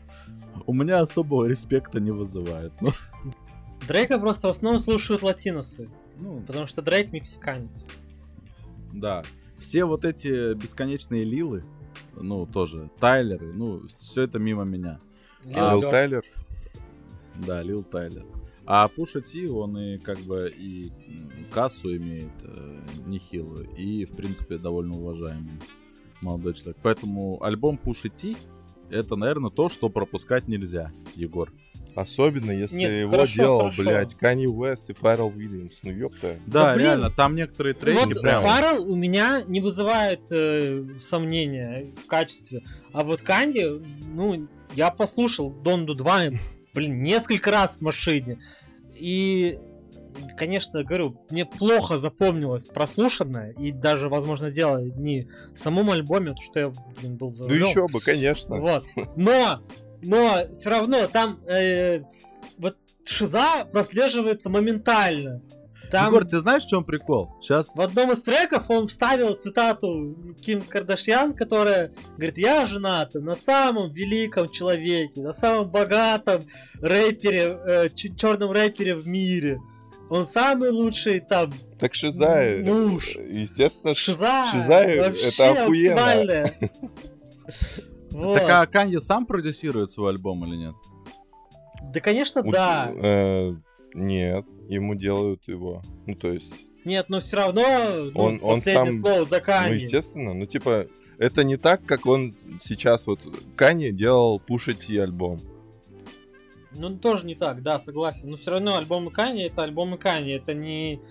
C: у меня особого респекта не вызывает. Ну,
A: Дрейка просто в основном слушают латиносы,
C: ну,
A: потому что Дрейк мексиканец.
C: Да. Все вот эти бесконечные лилы, ну, тоже, Тайлеры, ну, все это мимо меня. А,
B: Лил
A: Лил Дёрк.
B: Тайлер.
C: Да, Лил Тайлер. А Пуша Ти, он и как бы и м, кассу имеет э, нехилую, и, в принципе, довольно уважаемый молодой человек. Поэтому альбом Пуши Ти это, наверное, то, что пропускать нельзя, Егор.
B: Особенно, если
A: Нет,
B: его
A: хорошо,
B: делал,
A: хорошо.
B: блядь, Канни Уэст и Фаррелл Уильямс. Ну, ёпта.
C: Да,
A: блин!
C: реально, там некоторые треки
A: вот
C: прям...
A: Фаррелл у меня не вызывает э, сомнения в качестве. А вот Канди, ну, я послушал Донду 2, блин, несколько раз в машине. И, конечно, говорю, мне плохо запомнилось прослушанное, и даже, возможно, дело не в самом альбоме, потому что я, блин, был за
B: Ну,
A: рулем.
B: еще бы, конечно.
A: Вот. Но, но все равно там э, вот шиза прослеживается моментально. Там
C: Егор, ты знаешь, в чем прикол? Сейчас
A: в одном из треков он вставил цитату Ким Кардашьян, которая говорит, я жената на самом великом человеке, на самом богатом рэпере, черном рэпере в мире. Он самый лучший там
B: Так Шизай,
A: муж.
B: естественно, ш-
A: ну, Шиза,
B: Шиза, э,
A: вообще
B: это охуенно.
A: максимальная. Вот.
C: Так а Канье сам продюсирует свой альбом или нет?
A: Да, конечно,
B: Уч-
A: да.
B: э, нет, ему делают его. Ну, то есть,
A: Нет, но все равно ну,
B: Он- он
A: последнее
B: сам-
A: слово за
B: ну,
A: Канье.
B: естественно, ну, типа, это не так, как он сейчас вот Кани делал Пушити альбом.
A: Ну, тоже не так, да, согласен. Но все равно альбомы Кани это альбомы Кани. Это не...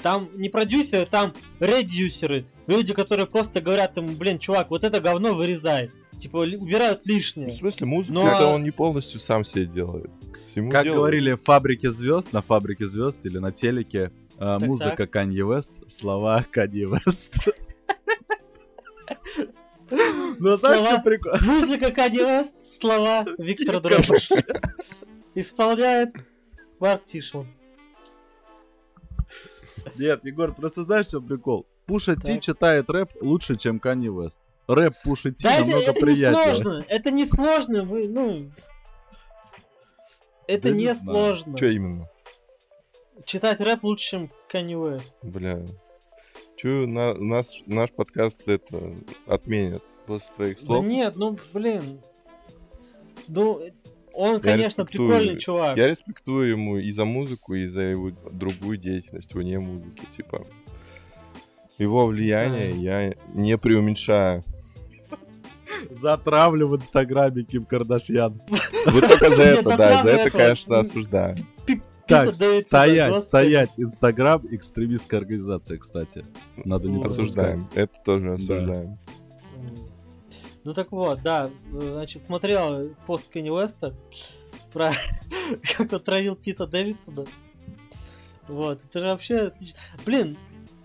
A: Там не продюсеры, там редюсеры. Люди, которые просто говорят ему, блин, чувак, вот это говно вырезай. Типа, ли- убирают
B: Ну, в
A: лишнее.
B: смысле, музыку
A: Но-
B: это он не полностью сам себе делает. Всему
D: Как
B: делают.
D: говорили в «Фабрике звезд», на «Фабрике звезд» или на телеке, э, музыка
A: так.
D: Канье Вест, слова Канье Вест. Ну, знаешь,
A: Слова
D: что прикольно?
A: Музыка Кани Уэст, слова Виктора Дробыш. Исполняет Марк Тишман.
D: Нет, Егор, просто знаешь, что прикол? Пуша Ти
A: Так.
D: читает рэп лучше, чем Канье Вест. Рэп Пуша Ти
A: Да, это,
D: намного
A: это не
D: приятнее.
A: сложно. Это не сложно, вы, ну... Это
D: Да не
A: не
D: знаю.
A: сложно.
B: Чё именно?
A: Читать рэп лучше, чем Кани Уэст.
B: Бля. Чё на, нас, наш подкаст это отменят после твоих
A: Да
B: слов?
A: нет, ну, блин. Ну, он,
B: Я
A: конечно,
B: респектую.
A: прикольный чувак.
B: Я респектую ему и за музыку, и за его другую деятельность вне музыки, типа. Его влияние я не преуменьшаю.
D: Затравлю в инстаграме Ким Кардашьян.
B: Вот только за
A: Нет,
B: это, да, за
A: отправлю
B: это,
A: этого.
B: конечно, осуждаю.
A: Пи-
D: Так,
A: Питер Дэвидсон,
D: стоять,
A: господи.
D: стоять. Инстаграм — экстремистская организация, кстати. Надо не
A: Ой.
D: пропускать.
B: Осуждаем. Это тоже осуждаем.
A: Ну так вот, да, э, значит, смотрел пост Кенни Уэста про как он травил Пита Дэвидсона. Вот, это же вообще отлично. Блин,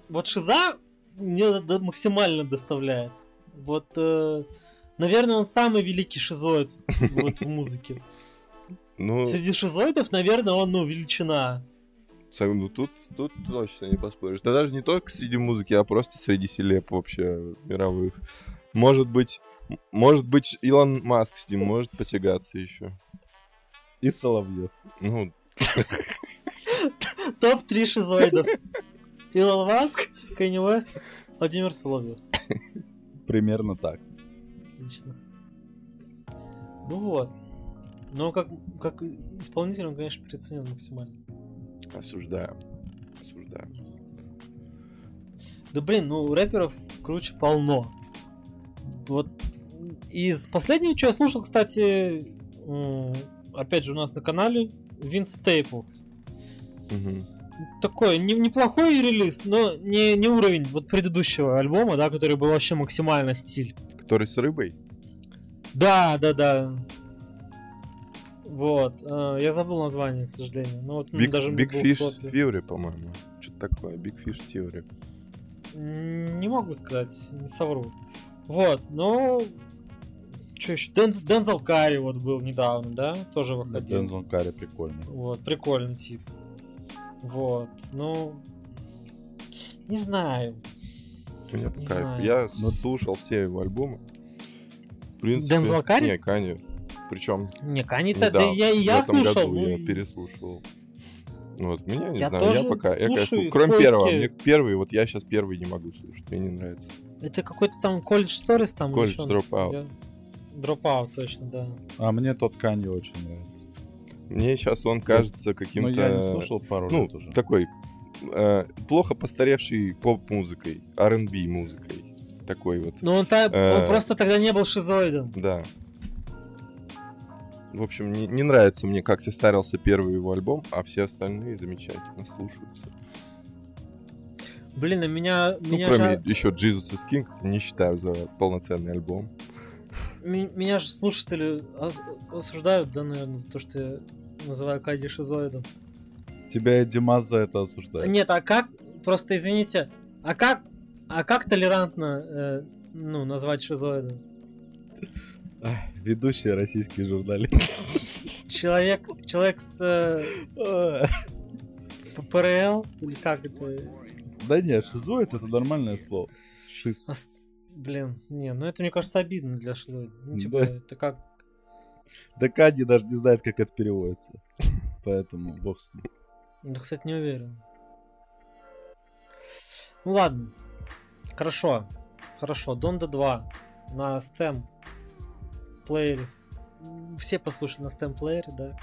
A: вот Шиза мне это до- максимально доставляет. Вот, э, наверное, он самый великий шизоид вот, в музыке.
B: Ну,
A: Среди шизоидов, наверное, он, ну, величина.
B: со- ну тут, тут точно не поспоришь. Да даже не только среди музыки, а просто среди селеп вообще мировых. Может быть, м- может быть, Илон Маск с ним может потягаться еще.
D: И Соловьев.
B: Ну,
A: Топ-3 шизоидов. Илон Маск, Кенни Уэст, Владимир Соловьев.
D: Примерно так.
A: Отлично. Ну вот. Но как, как исполнитель он, конечно, переоценен максимально.
B: осуждаем. Осуждаем.
A: Да блин, ну рэперов круче полно. Вот из последнего, что я слушал, кстати, м, опять же у нас на канале, Винс Стейплс.
B: Мгм.
A: такой не- неплохой релиз, но не, не уровень вот предыдущего альбома, да, который был вообще максимально стиль.
B: Который с рыбой?
A: Да, да, да. Вот. э, я забыл название, к сожалению. Ну вот м,
B: Big,
A: даже мне
B: Big
A: было
B: Fish
A: сложно.
B: Theory, по-моему. Что-то такое. Big Fish Theory.
A: М, Не могу сказать, не совру. Вот, но... Че еще? Дензел Карри вот был недавно, да? Тоже выходил.
D: Дензон Карри прикольный.
A: Вот, прикольный тип. Вот, ну... Не знаю.
B: Мне по
A: Не
B: кайфу.
A: знаю.
B: Я
D: Ну,
B: слушал все его альбомы. В принципе...
A: Дензел Карри?
B: Не, Кани. Причем
A: Не, Канита, да и я, и я
B: в этом
A: слышал.
B: году
A: ну,
B: я
A: и-
B: переслушивал. Ну Вот, меня не
A: Я
B: знаю, я
A: тоже
B: пока, я,
A: слушаю
B: кайфую.
A: их
B: кроме
A: поиски.
B: первого, мне первый, вот я сейчас первый не могу слушать, мне не нравится.
A: Это какой-то там колледж сторис там. или
B: Колледж
A: что он?
B: Dropout.
A: Ну, Я- Дропаут, точно, да.
D: А мне тот Канье очень нравится.
B: Мне сейчас он кажется
D: Но
B: каким-то...
D: я не слушал пару
B: ну,
D: лет уже.
B: такой э, плохо постаревший поп-музыкой, R&B музыкой. Такой вот.
A: Но Ну, он, та-
B: Э.
A: он просто тогда не был шизоидом.
B: Да. В общем, не, не нравится мне, как состарился первый его альбом, а все остальные замечательно слушаются.
A: Блин, а меня... меня
B: ну,
A: же-
B: кроме еще Jesus is King, не считаю за полноценный альбом.
A: Ми- Меня же слушатели ос- осуждают, да, наверное, за то, что я называю Кади шизоидом.
D: Тебя и Димас за это осуждает.
A: Нет, а как, просто извините, а как, а как толерантно, э, ну, назвать шизоидом?
D: Ведущий российский журналист.
A: Человек, человек с э,
D: Да
A: ППРЛ, или как это?
D: не, шизоид это нормальное слово. Шиз.
A: Ос- Блин, не, ну это, мне кажется, обидно для шизоида. Ну, типа,
D: Да.
A: это как...
D: Да Канье даже не знает, как это переводится. Поэтому бог с ним.
A: Да, кстати, не уверен. Ну ладно. Хорошо. Хорошо. Донда 2 на Stem плеере. М, Все послушали на Stem плеере, да.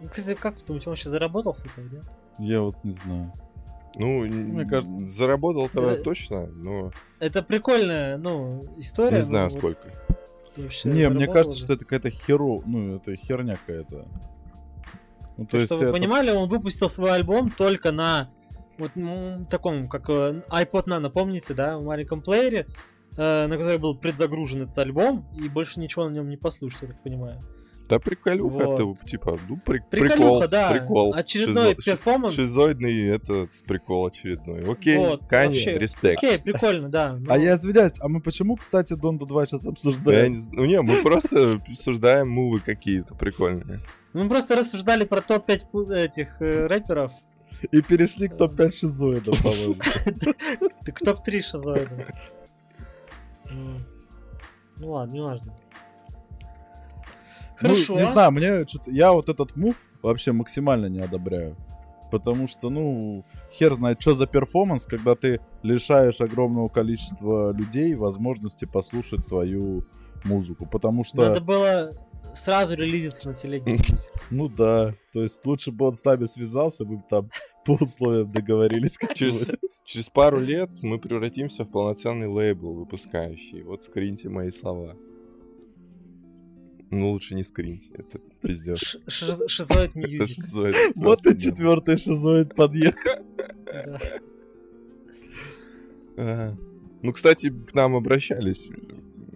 A: Ну, Кстати, как вы думаете, он вообще заработался-то, или нет?
C: Я вот не знаю.
B: Ну,
C: Мне
B: мне
C: кажется-
B: кажется, заработал то
A: Это-
B: точно, но
A: Это прикольная, ну, история.
B: не знаю
A: ну, вот
B: сколько.
A: ты вообще
C: Не, мне
A: заработал
C: кажется,
A: же.
C: что это какая-то херо... Ну, это херня какая-то. Ну, то
A: Чтобы
C: есть
A: вы
C: это-
A: понимали, он выпустил свой альбом только на вот м, таком, как э, iPod Nano, помните, да, в маленьком плеере, э, на который был предзагружен этот альбом, и больше ничего на нем не послушать, я так понимаю.
B: Да приколюха,
A: Вот.
B: это типа, ну, при-
A: Приколюха,
B: прикол,
A: да.
B: прикол.
A: Очередной
B: Шизо-
A: перформанс.
B: Шизоидный этот прикол очередной. Окей,
A: Вот,
B: Канье,
A: вообще.
B: респект.
A: Окей, прикольно, да. ну,
C: А я извиняюсь, а мы почему, кстати, Донду 2 сейчас
B: Я
C: обсуждаем?
B: не, з- ну не, мы просто обсуждаем мувы какие-то прикольные.
A: Мы просто рассуждали про топ-5 пл- этих э, рэперов.
C: И перешли к топ-5 шизоидов, по-моему.
A: Так топ-3 шизоидов. М. Ну ладно, не важно.
C: Ну,
A: Хорошо.
C: не знаю, мне что-то... Я вот этот мув вообще максимально не одобряю. Потому что, ну, хер знает, что за перформанс, когда ты лишаешь огромного количества людей возможности послушать твою музыку. Потому что...
A: Надо было сразу релизиться на телеге.
C: Ну да, то есть лучше бы он с нами связался, мы бы там по условиям договорились. как
B: Через,
C: бы.
B: через пару лет мы превратимся в полноценный лейбл, выпускающий. Вот скриньте мои слова. Ну, лучше не скриньте, это пиздец.
A: Ш- шиз- Шизоид
B: Это
A: Мьюзик.
B: шизоид
C: Вот
B: просто,
C: и
B: да.
C: четвертый шизоид подъехал.
A: да.
B: Ага. Ну, кстати, к нам обращались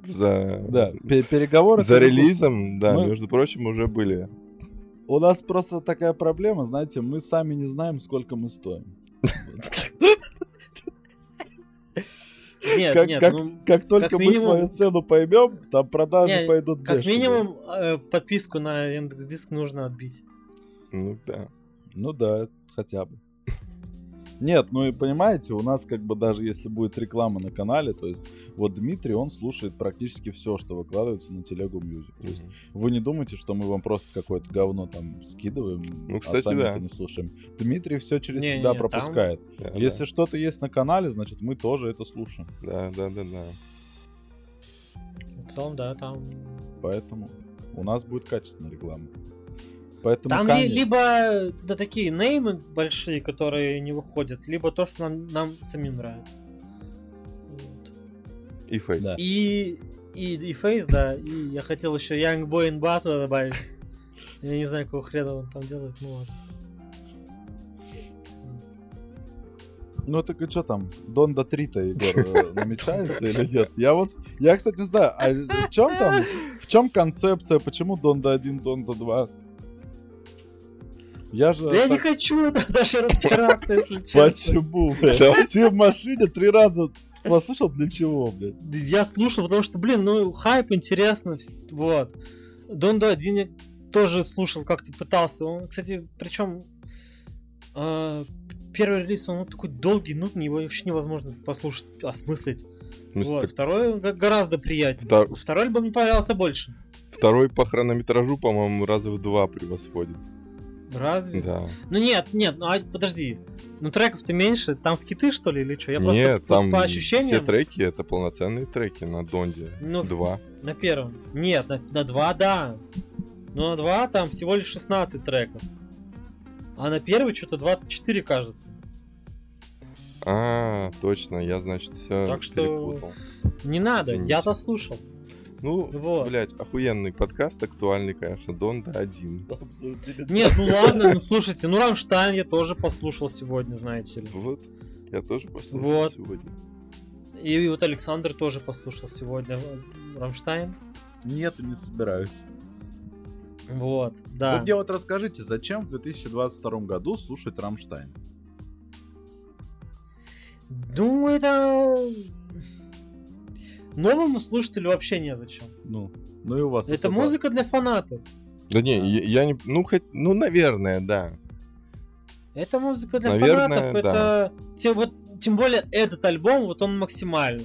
B: за,
C: Да, пе- переговоры.
B: за
C: как бы,
B: релизом, да,
C: Мы-
B: между прочим, уже были.
C: У нас просто такая проблема, знаете, мы сами не знаем, сколько мы стоим.
A: Нет,
C: Как-
A: нет, ну,
C: Как только мы
A: минимум-
C: свою цену поймем, там продажи
A: Не,
C: пойдут
A: как
C: бешеные.
A: минимум э, подписку на Яндекс Диск нужно отбить.
B: Ну, да.
C: Ну да, хотя бы. Нет, ну и понимаете, у нас как бы даже если будет реклама на канале, то есть вот Дмитрий, он слушает практически все, что выкладывается на телегу Мьюзик. То есть Вы не думайте, что мы вам просто какое-то говно там скидываем,
B: Ну, кстати,
C: а сами
B: да.
C: это не слушаем. Дмитрий все через
A: Не-не-не,
C: себя
A: там-
C: пропускает.
B: Да,
C: Если что-то есть на канале, значит мы тоже это слушаем.
B: Да, да, да, да.
A: В целом, да, там.
C: Поэтому у нас будет качественная реклама. Поэтому
A: Там
C: Kanye-
A: ли- либо да, такие неймы большие, которые не выходят, либо то, что нам, нам самим нравится. Вот.
B: И фейс.
C: Да.
A: И, и, и Фейс, да, и я хотел еще Young Boy in Battle добавить. Я не знаю, какого хрена он там делает, ну ладно.
C: Ну так и что там, Донда 3-то, Егор, э, намечается или нет? Я вот, я, кстати, не знаю, а в чем там, в чем концепция, почему Донда 1, Донда 2? Я же...
A: Да я не
C: Э, так-
A: хочу там даже разбираться, если честно.
C: Почему, блядь? Ты в машине три раза послушал для чего, блядь?
A: Да Я слушал, потому что, блин, ну хайп интересно, вс- вот. Дондо 1 я тоже слушал, как-то пытался. Он, кстати, причем э, первый релиз, он такой долгий, нудный, его вообще невозможно послушать, осмыслить.
B: В смысле,
A: Вот,
B: так
A: Второй г- гораздо приятнее.
B: Втор-
A: Второй альбом мне понравился больше.
B: Второй по хронометражу, по-моему, раза в два превосходит.
A: Разве?
B: Да.
A: Ну нет, нет, ну а, подожди. Ну треков-то меньше, там скиты что ли или что? Я просто
B: Нет,
A: по-
B: там
A: по
B: все
A: ощущениям
B: треки, это полноценные треки на Донде.
A: Ну,
B: два.
A: на первом. Нет, на, на два да. Но на два там всего лишь 16 треков. А на первый что-то 24 кажется.
B: А, точно, я, значит, все
A: Так что-
B: перепутал.
A: Не надо,
B: Извините.
A: я-то слушал.
B: Ну,
A: Вот.
B: блядь, охуенный подкаст, актуальный, конечно, Донда один.
A: Нет, ну ладно, ну слушайте, ну Рамштайн я тоже послушал сегодня, знаете ли.
B: Вот, я тоже послушал
A: Вот.
B: сегодня.
A: И вот Александр тоже послушал сегодня э, Рамштайн.
C: Нет, не собираюсь.
A: Вот, да.
C: Вы мне вот расскажите, зачем в 2022 году слушать Рамштайн?
A: Ну, это... Новому слушателю вообще незачем.
C: Ну, ну и у вас...
A: Это
C: особо-
A: музыка для фанатов.
B: Да не, я, я не... Ну, хоть... ну, наверное, да.
A: Это музыка для
B: Наверное,
A: фанатов.
B: да.
A: Это тем, вот, тем более этот альбом, вот он максимально.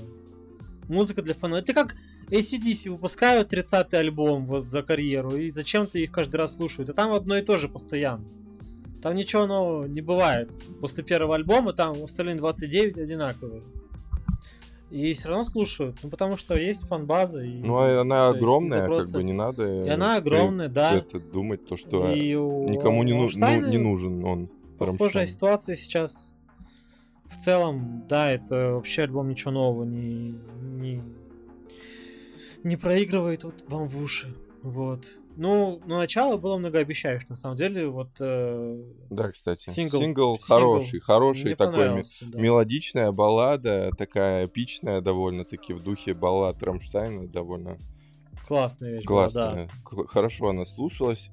A: Музыка для фанатов. Это как ACDC выпускают 30-й альбом вот за карьеру, и зачем-то их каждый раз слушают. А там одно и то же постоянно. Там ничего нового не бывает. После первого альбома там остальные 29 одинаковые. И все равно слушают, ну потому что есть фан-база. И,
B: Ну, а она
A: что, и
B: огромная,
A: запросы.
B: как бы не надо.
A: И она
B: э,
A: огромная, да.
B: Это думать то, что э,
A: И у
B: никому не, ну- ну-
A: Рамштайна
B: не нужен он.
A: Похожая
B: Рамштайн.
A: ситуация сейчас. В целом, да, это вообще альбом ничего нового не, не, не проигрывает вот вам в уши. Вот. Ну, ну, начало было многообещающим, на самом деле. Вот э,
B: Да, кстати.
A: Сингл.
B: Сингл,
A: Сингл.
B: хороший, хороший
A: мне
B: такой ме-
A: понравился, да.
B: мелодичная баллада, такая эпичная довольно-таки в духе баллад Рамштайна, довольно
A: Классная вещь была, да.
B: классная. К- Хорошо она слушалась,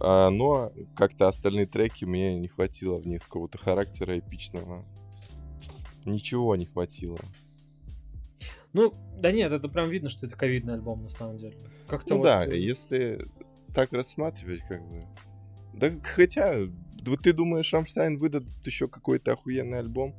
B: а, но как-то остальные треки мне не хватило в них какого-то характера эпичного. Ничего не хватило.
A: Ну, да нет, это прям видно, что это ковидный альбом, на самом деле. Как-то
B: Ну
A: вот,
B: да,
A: э,
B: если так рассматривать, как бы. Да хотя, вот ты думаешь, Рамштайн выдадут еще какой-то охуенный альбом?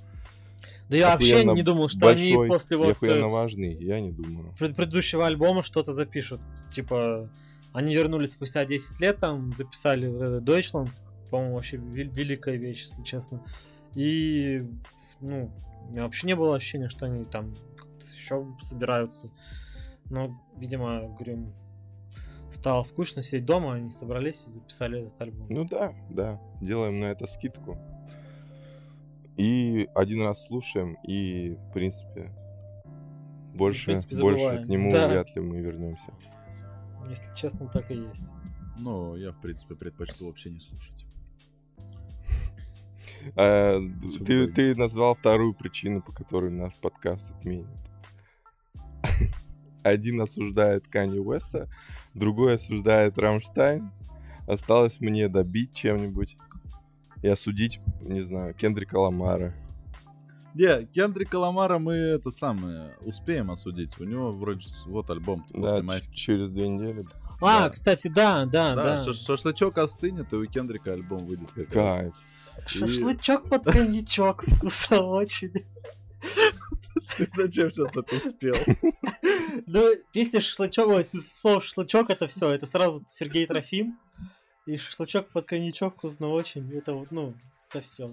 A: Да я вообще
B: охуенно
A: не думал, что
B: большой
A: они после
B: и
A: вот э,
B: охуенно важный, я не думаю.
A: пред- предыдущего альбома что-то запишут. Типа, они вернулись спустя 10 лет, там записали вот этот Deutschland, по-моему, вообще вел- великая вещь, если честно. И, ну, у меня вообще не было ощущения, что они там еще собираются. Но, видимо, говорю, стало скучно сидеть дома, они собрались и записали этот альбом.
B: Ну да, да, делаем на это скидку. И один раз слушаем, и, в принципе, больше,
A: принципе,
B: больше
A: забываем.
B: к нему
A: Да.
B: вряд ли мы вернемся.
A: Если честно, так и есть.
C: Ну, я, в принципе, предпочту вообще не слушать.
B: А,
C: Почему
B: ты,
C: бы и
B: ты назвал вторую причину, по которой наш подкаст отменят. Один осуждает Кани Уэста, другой осуждает Рамштайн. Осталось мне добить чем-нибудь и осудить, не знаю, Кендрика Ламара.
C: Не, Кендрика Ламара мы это самое успеем осудить. У него вроде с- вот альбом после
B: Да,
C: майских.
B: ч- через две недели.
A: А,
C: Да.
A: кстати, да, да,
C: Да,
A: А, да.
C: ша- шашлычок остынет, и у Кендрика альбом выйдет. как раз.
B: Кайф.
A: Шашлычок под коньячок вкусовочный.
C: Ты Зачем сейчас это успел?
A: Ну, песня шашлычок, ой, в смысле, слово шашлычок это все, это сразу Сергей Трофим. И шашлычок под коньячок вкусно очень. Это вот, ну, это все.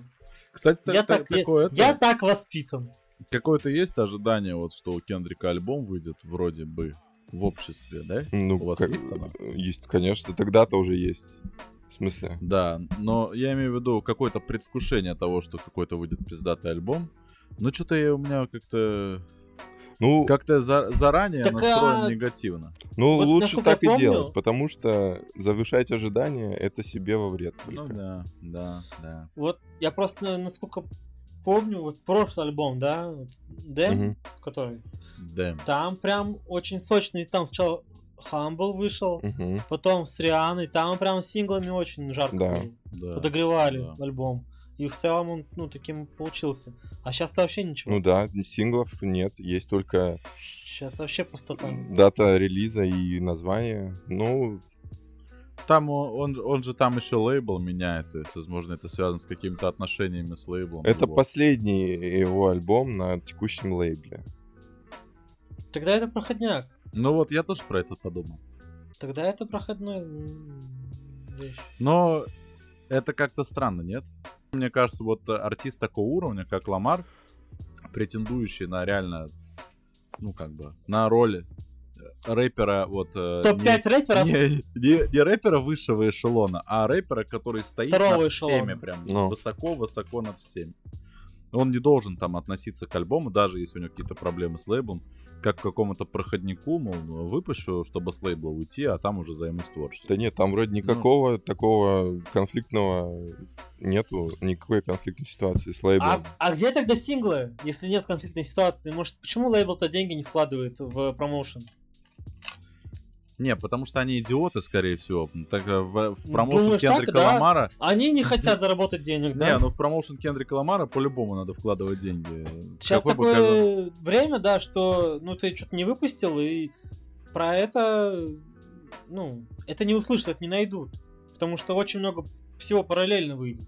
C: Кстати, так-
A: Я
C: так-
A: так, я,
C: такое это-
A: я так воспитан.
C: какое-то есть ожидание, вот, что у Кендрика альбом выйдет вроде бы в обществе, да?
B: Ну,
C: У вас
B: как-
C: есть она?
B: Есть, конечно, тогда-то уже есть. В смысле?
C: Да, но я имею в виду какое-то предвкушение того, что какой-то выйдет пиздатый альбом. Но что-то я у меня как-то
B: Ну,
C: как-то за- заранее
A: Так,
C: настроен
A: а-
C: негативно.
B: ну
A: вот
B: лучше
A: насколько я
B: так и
A: помню-
B: делать, потому что завышать ожидания это себе во вред только.
C: Ну да, да, да.
A: Вот я просто, на- насколько помню, вот прошлый альбом, да, вот Дэм,
B: Мгм,
A: который,
C: Дэм.
A: там прям очень сочный, там сначала Хамбл вышел,
B: мгм.
A: потом с Рианой, там прям синглами очень жарко
B: Да.
A: было.
C: Да.
A: подогревали
C: да.
A: альбом. И в целом он, ну, таким получился. А сейчас-то вообще ничего.
B: Ну да, синглов нет, есть только
A: Сейчас вообще пустота.
B: дата релиза и название. Ну,
C: Там о- он, же- он же там еще лейбл меняет, то есть, возможно, это связано с какими-то отношениями с лейблом.
B: это
C: его.
B: последний его альбом на текущем лейбле.
A: Тогда это проходняк.
C: Ну вот, я тоже про это подумал.
A: Тогда это проходной м, вещь.
C: Но это как-то странно, нет? Мне кажется, вот э, артист такого уровня, как Ламар, претендующий на реально, ну как бы, на роли э, рэпера, вот... э,
A: Топ-5 рэперов.
C: не, не- не рэпера высшего эшелона, а рэпера, который стоит
A: Второго
C: над
A: эшелона.
C: всеми прям.
B: Ну.
C: Высоко-высоко над всеми. Он не должен там относиться к альбому, даже если у него какие-то проблемы с лейблом, как к какому-то проходнику, мол, ну, выпущу, чтобы с лейбла уйти, а там уже займусь
B: Да
C: творчеством.
B: нет, там
A: Ну.
B: вроде никакого такого конфликтного нету, никакой конфликтной ситуации с
A: А,
B: лейблом.
A: а где тогда синглы, если нет конфликтной ситуации? Может, почему лейбл-то деньги не вкладывает в промоушен?
C: Не, потому что они идиоты, скорее всего. Так, э, в, в
A: Ну,
C: промоушен
A: думаешь, так,
C: Кендрика
A: да?
C: Ламара...
A: Они не хотят заработать денег, да?
C: Не, ну в промоушен Кендрика Ламара по-любому надо вкладывать деньги.
A: Сейчас
C: Какой бы говно-
A: такое время, да, что ну ты что-то не выпустил, и про это, ну, это не услышат, это не найдут. Потому что очень много всего параллельно выйдет.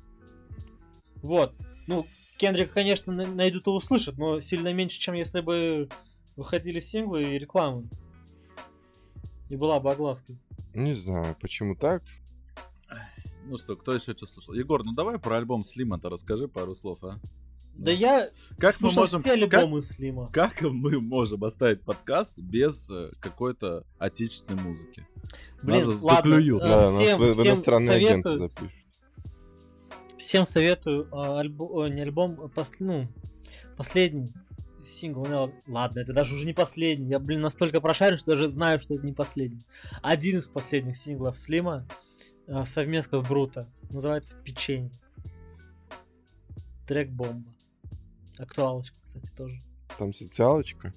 A: Вот. Ну, Кендрика, конечно, на- найдут и услышат, но сильно меньше, чем если бы выходили синглы и рекламы. И была бы огласка.
B: Не знаю, почему так.
A: Э,
C: Ну что, кто еще что слушал? Егор, ну давай про альбом Слима-то расскажи пару слов, а?
A: Да я
C: Как мы
A: слушал
C: можем...
A: все
C: как-
A: альбомы Слима.
C: Как мы можем оставить подкаст без э, какой-то отечественной музыки?
A: Блин,
C: Нас
A: ладно.
C: заклюют.
A: э,
B: Да, нас
A: всем,
B: в- в
A: всем
B: иностранные агенты
A: советую-
B: запишут.
A: Всем советую а, альбо- э, не альбом, а пос- ну, последний сингл. ну, ладно, это даже уже не последний. Я, блин, настолько прошарен, что даже знаю, что это не последний. Один из последних синглов Слима э, совместно с Брута. Называется «Печенье». Трек бомба. Актуалочка, кстати, тоже.
B: Там социалочка.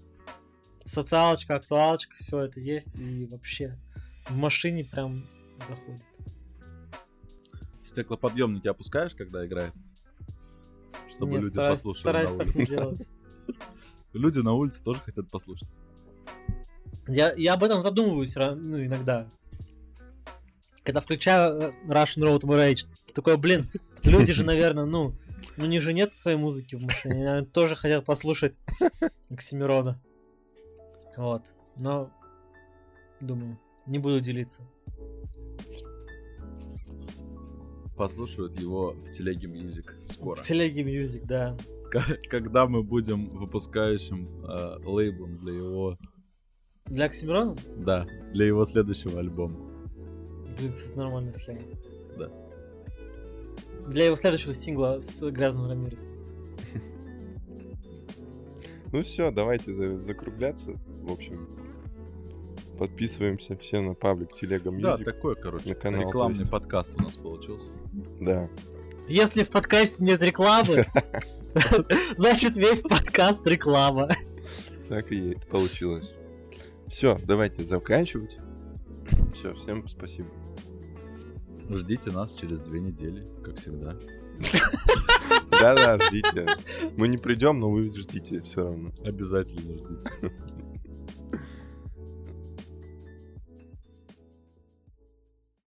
A: Социалочка, актуалочка, все это есть. И вообще в машине прям заходит.
C: Стеклоподъемники опускаешь, когда играет? Чтобы
A: Нет,
C: люди
A: стараюсь,
C: послушали.
A: стараюсь
C: на
A: так
C: улице.
A: не делать.
C: Люди на улице тоже хотят послушать.
A: Я, я об этом задумываюсь ра- ну, иногда. Когда включаю э, Russian Road to Rage, такой, блин, люди же, наверное, ну, ну, у них же нет своей музыки в машине, они, наверное, тоже хотят послушать Оксимирона. Вот. Но, думаю, не буду делиться.
C: Послушают его в телеге Music скоро.
A: В телеге Music, да.
C: К- Когда мы будем выпускающим э, лейблом для его,
A: Для Оксимирона?
C: да, для его следующего альбома.
A: Блин, кстати, нормальная схема.
C: Да.
A: Для его следующего сингла с Грязным Рамиресом.
B: Ну все, давайте за- закругляться. В общем, подписываемся все на паблик Телега
C: Да,
B: Music.
C: такой, короче,
B: На канал, то
C: рекламный
B: есть.
C: подкаст у нас получился.
B: Да.
A: Если в подкасте нет рекламы, значит весь подкаст реклама.
B: Так и е- получилось. Все, давайте заканчивать. Все, всем спасибо.
C: Ждите нас через две недели, как всегда.
B: Да-да, ждите. Мы не придем, но вы ждите все равно.
C: Обязательно ждите.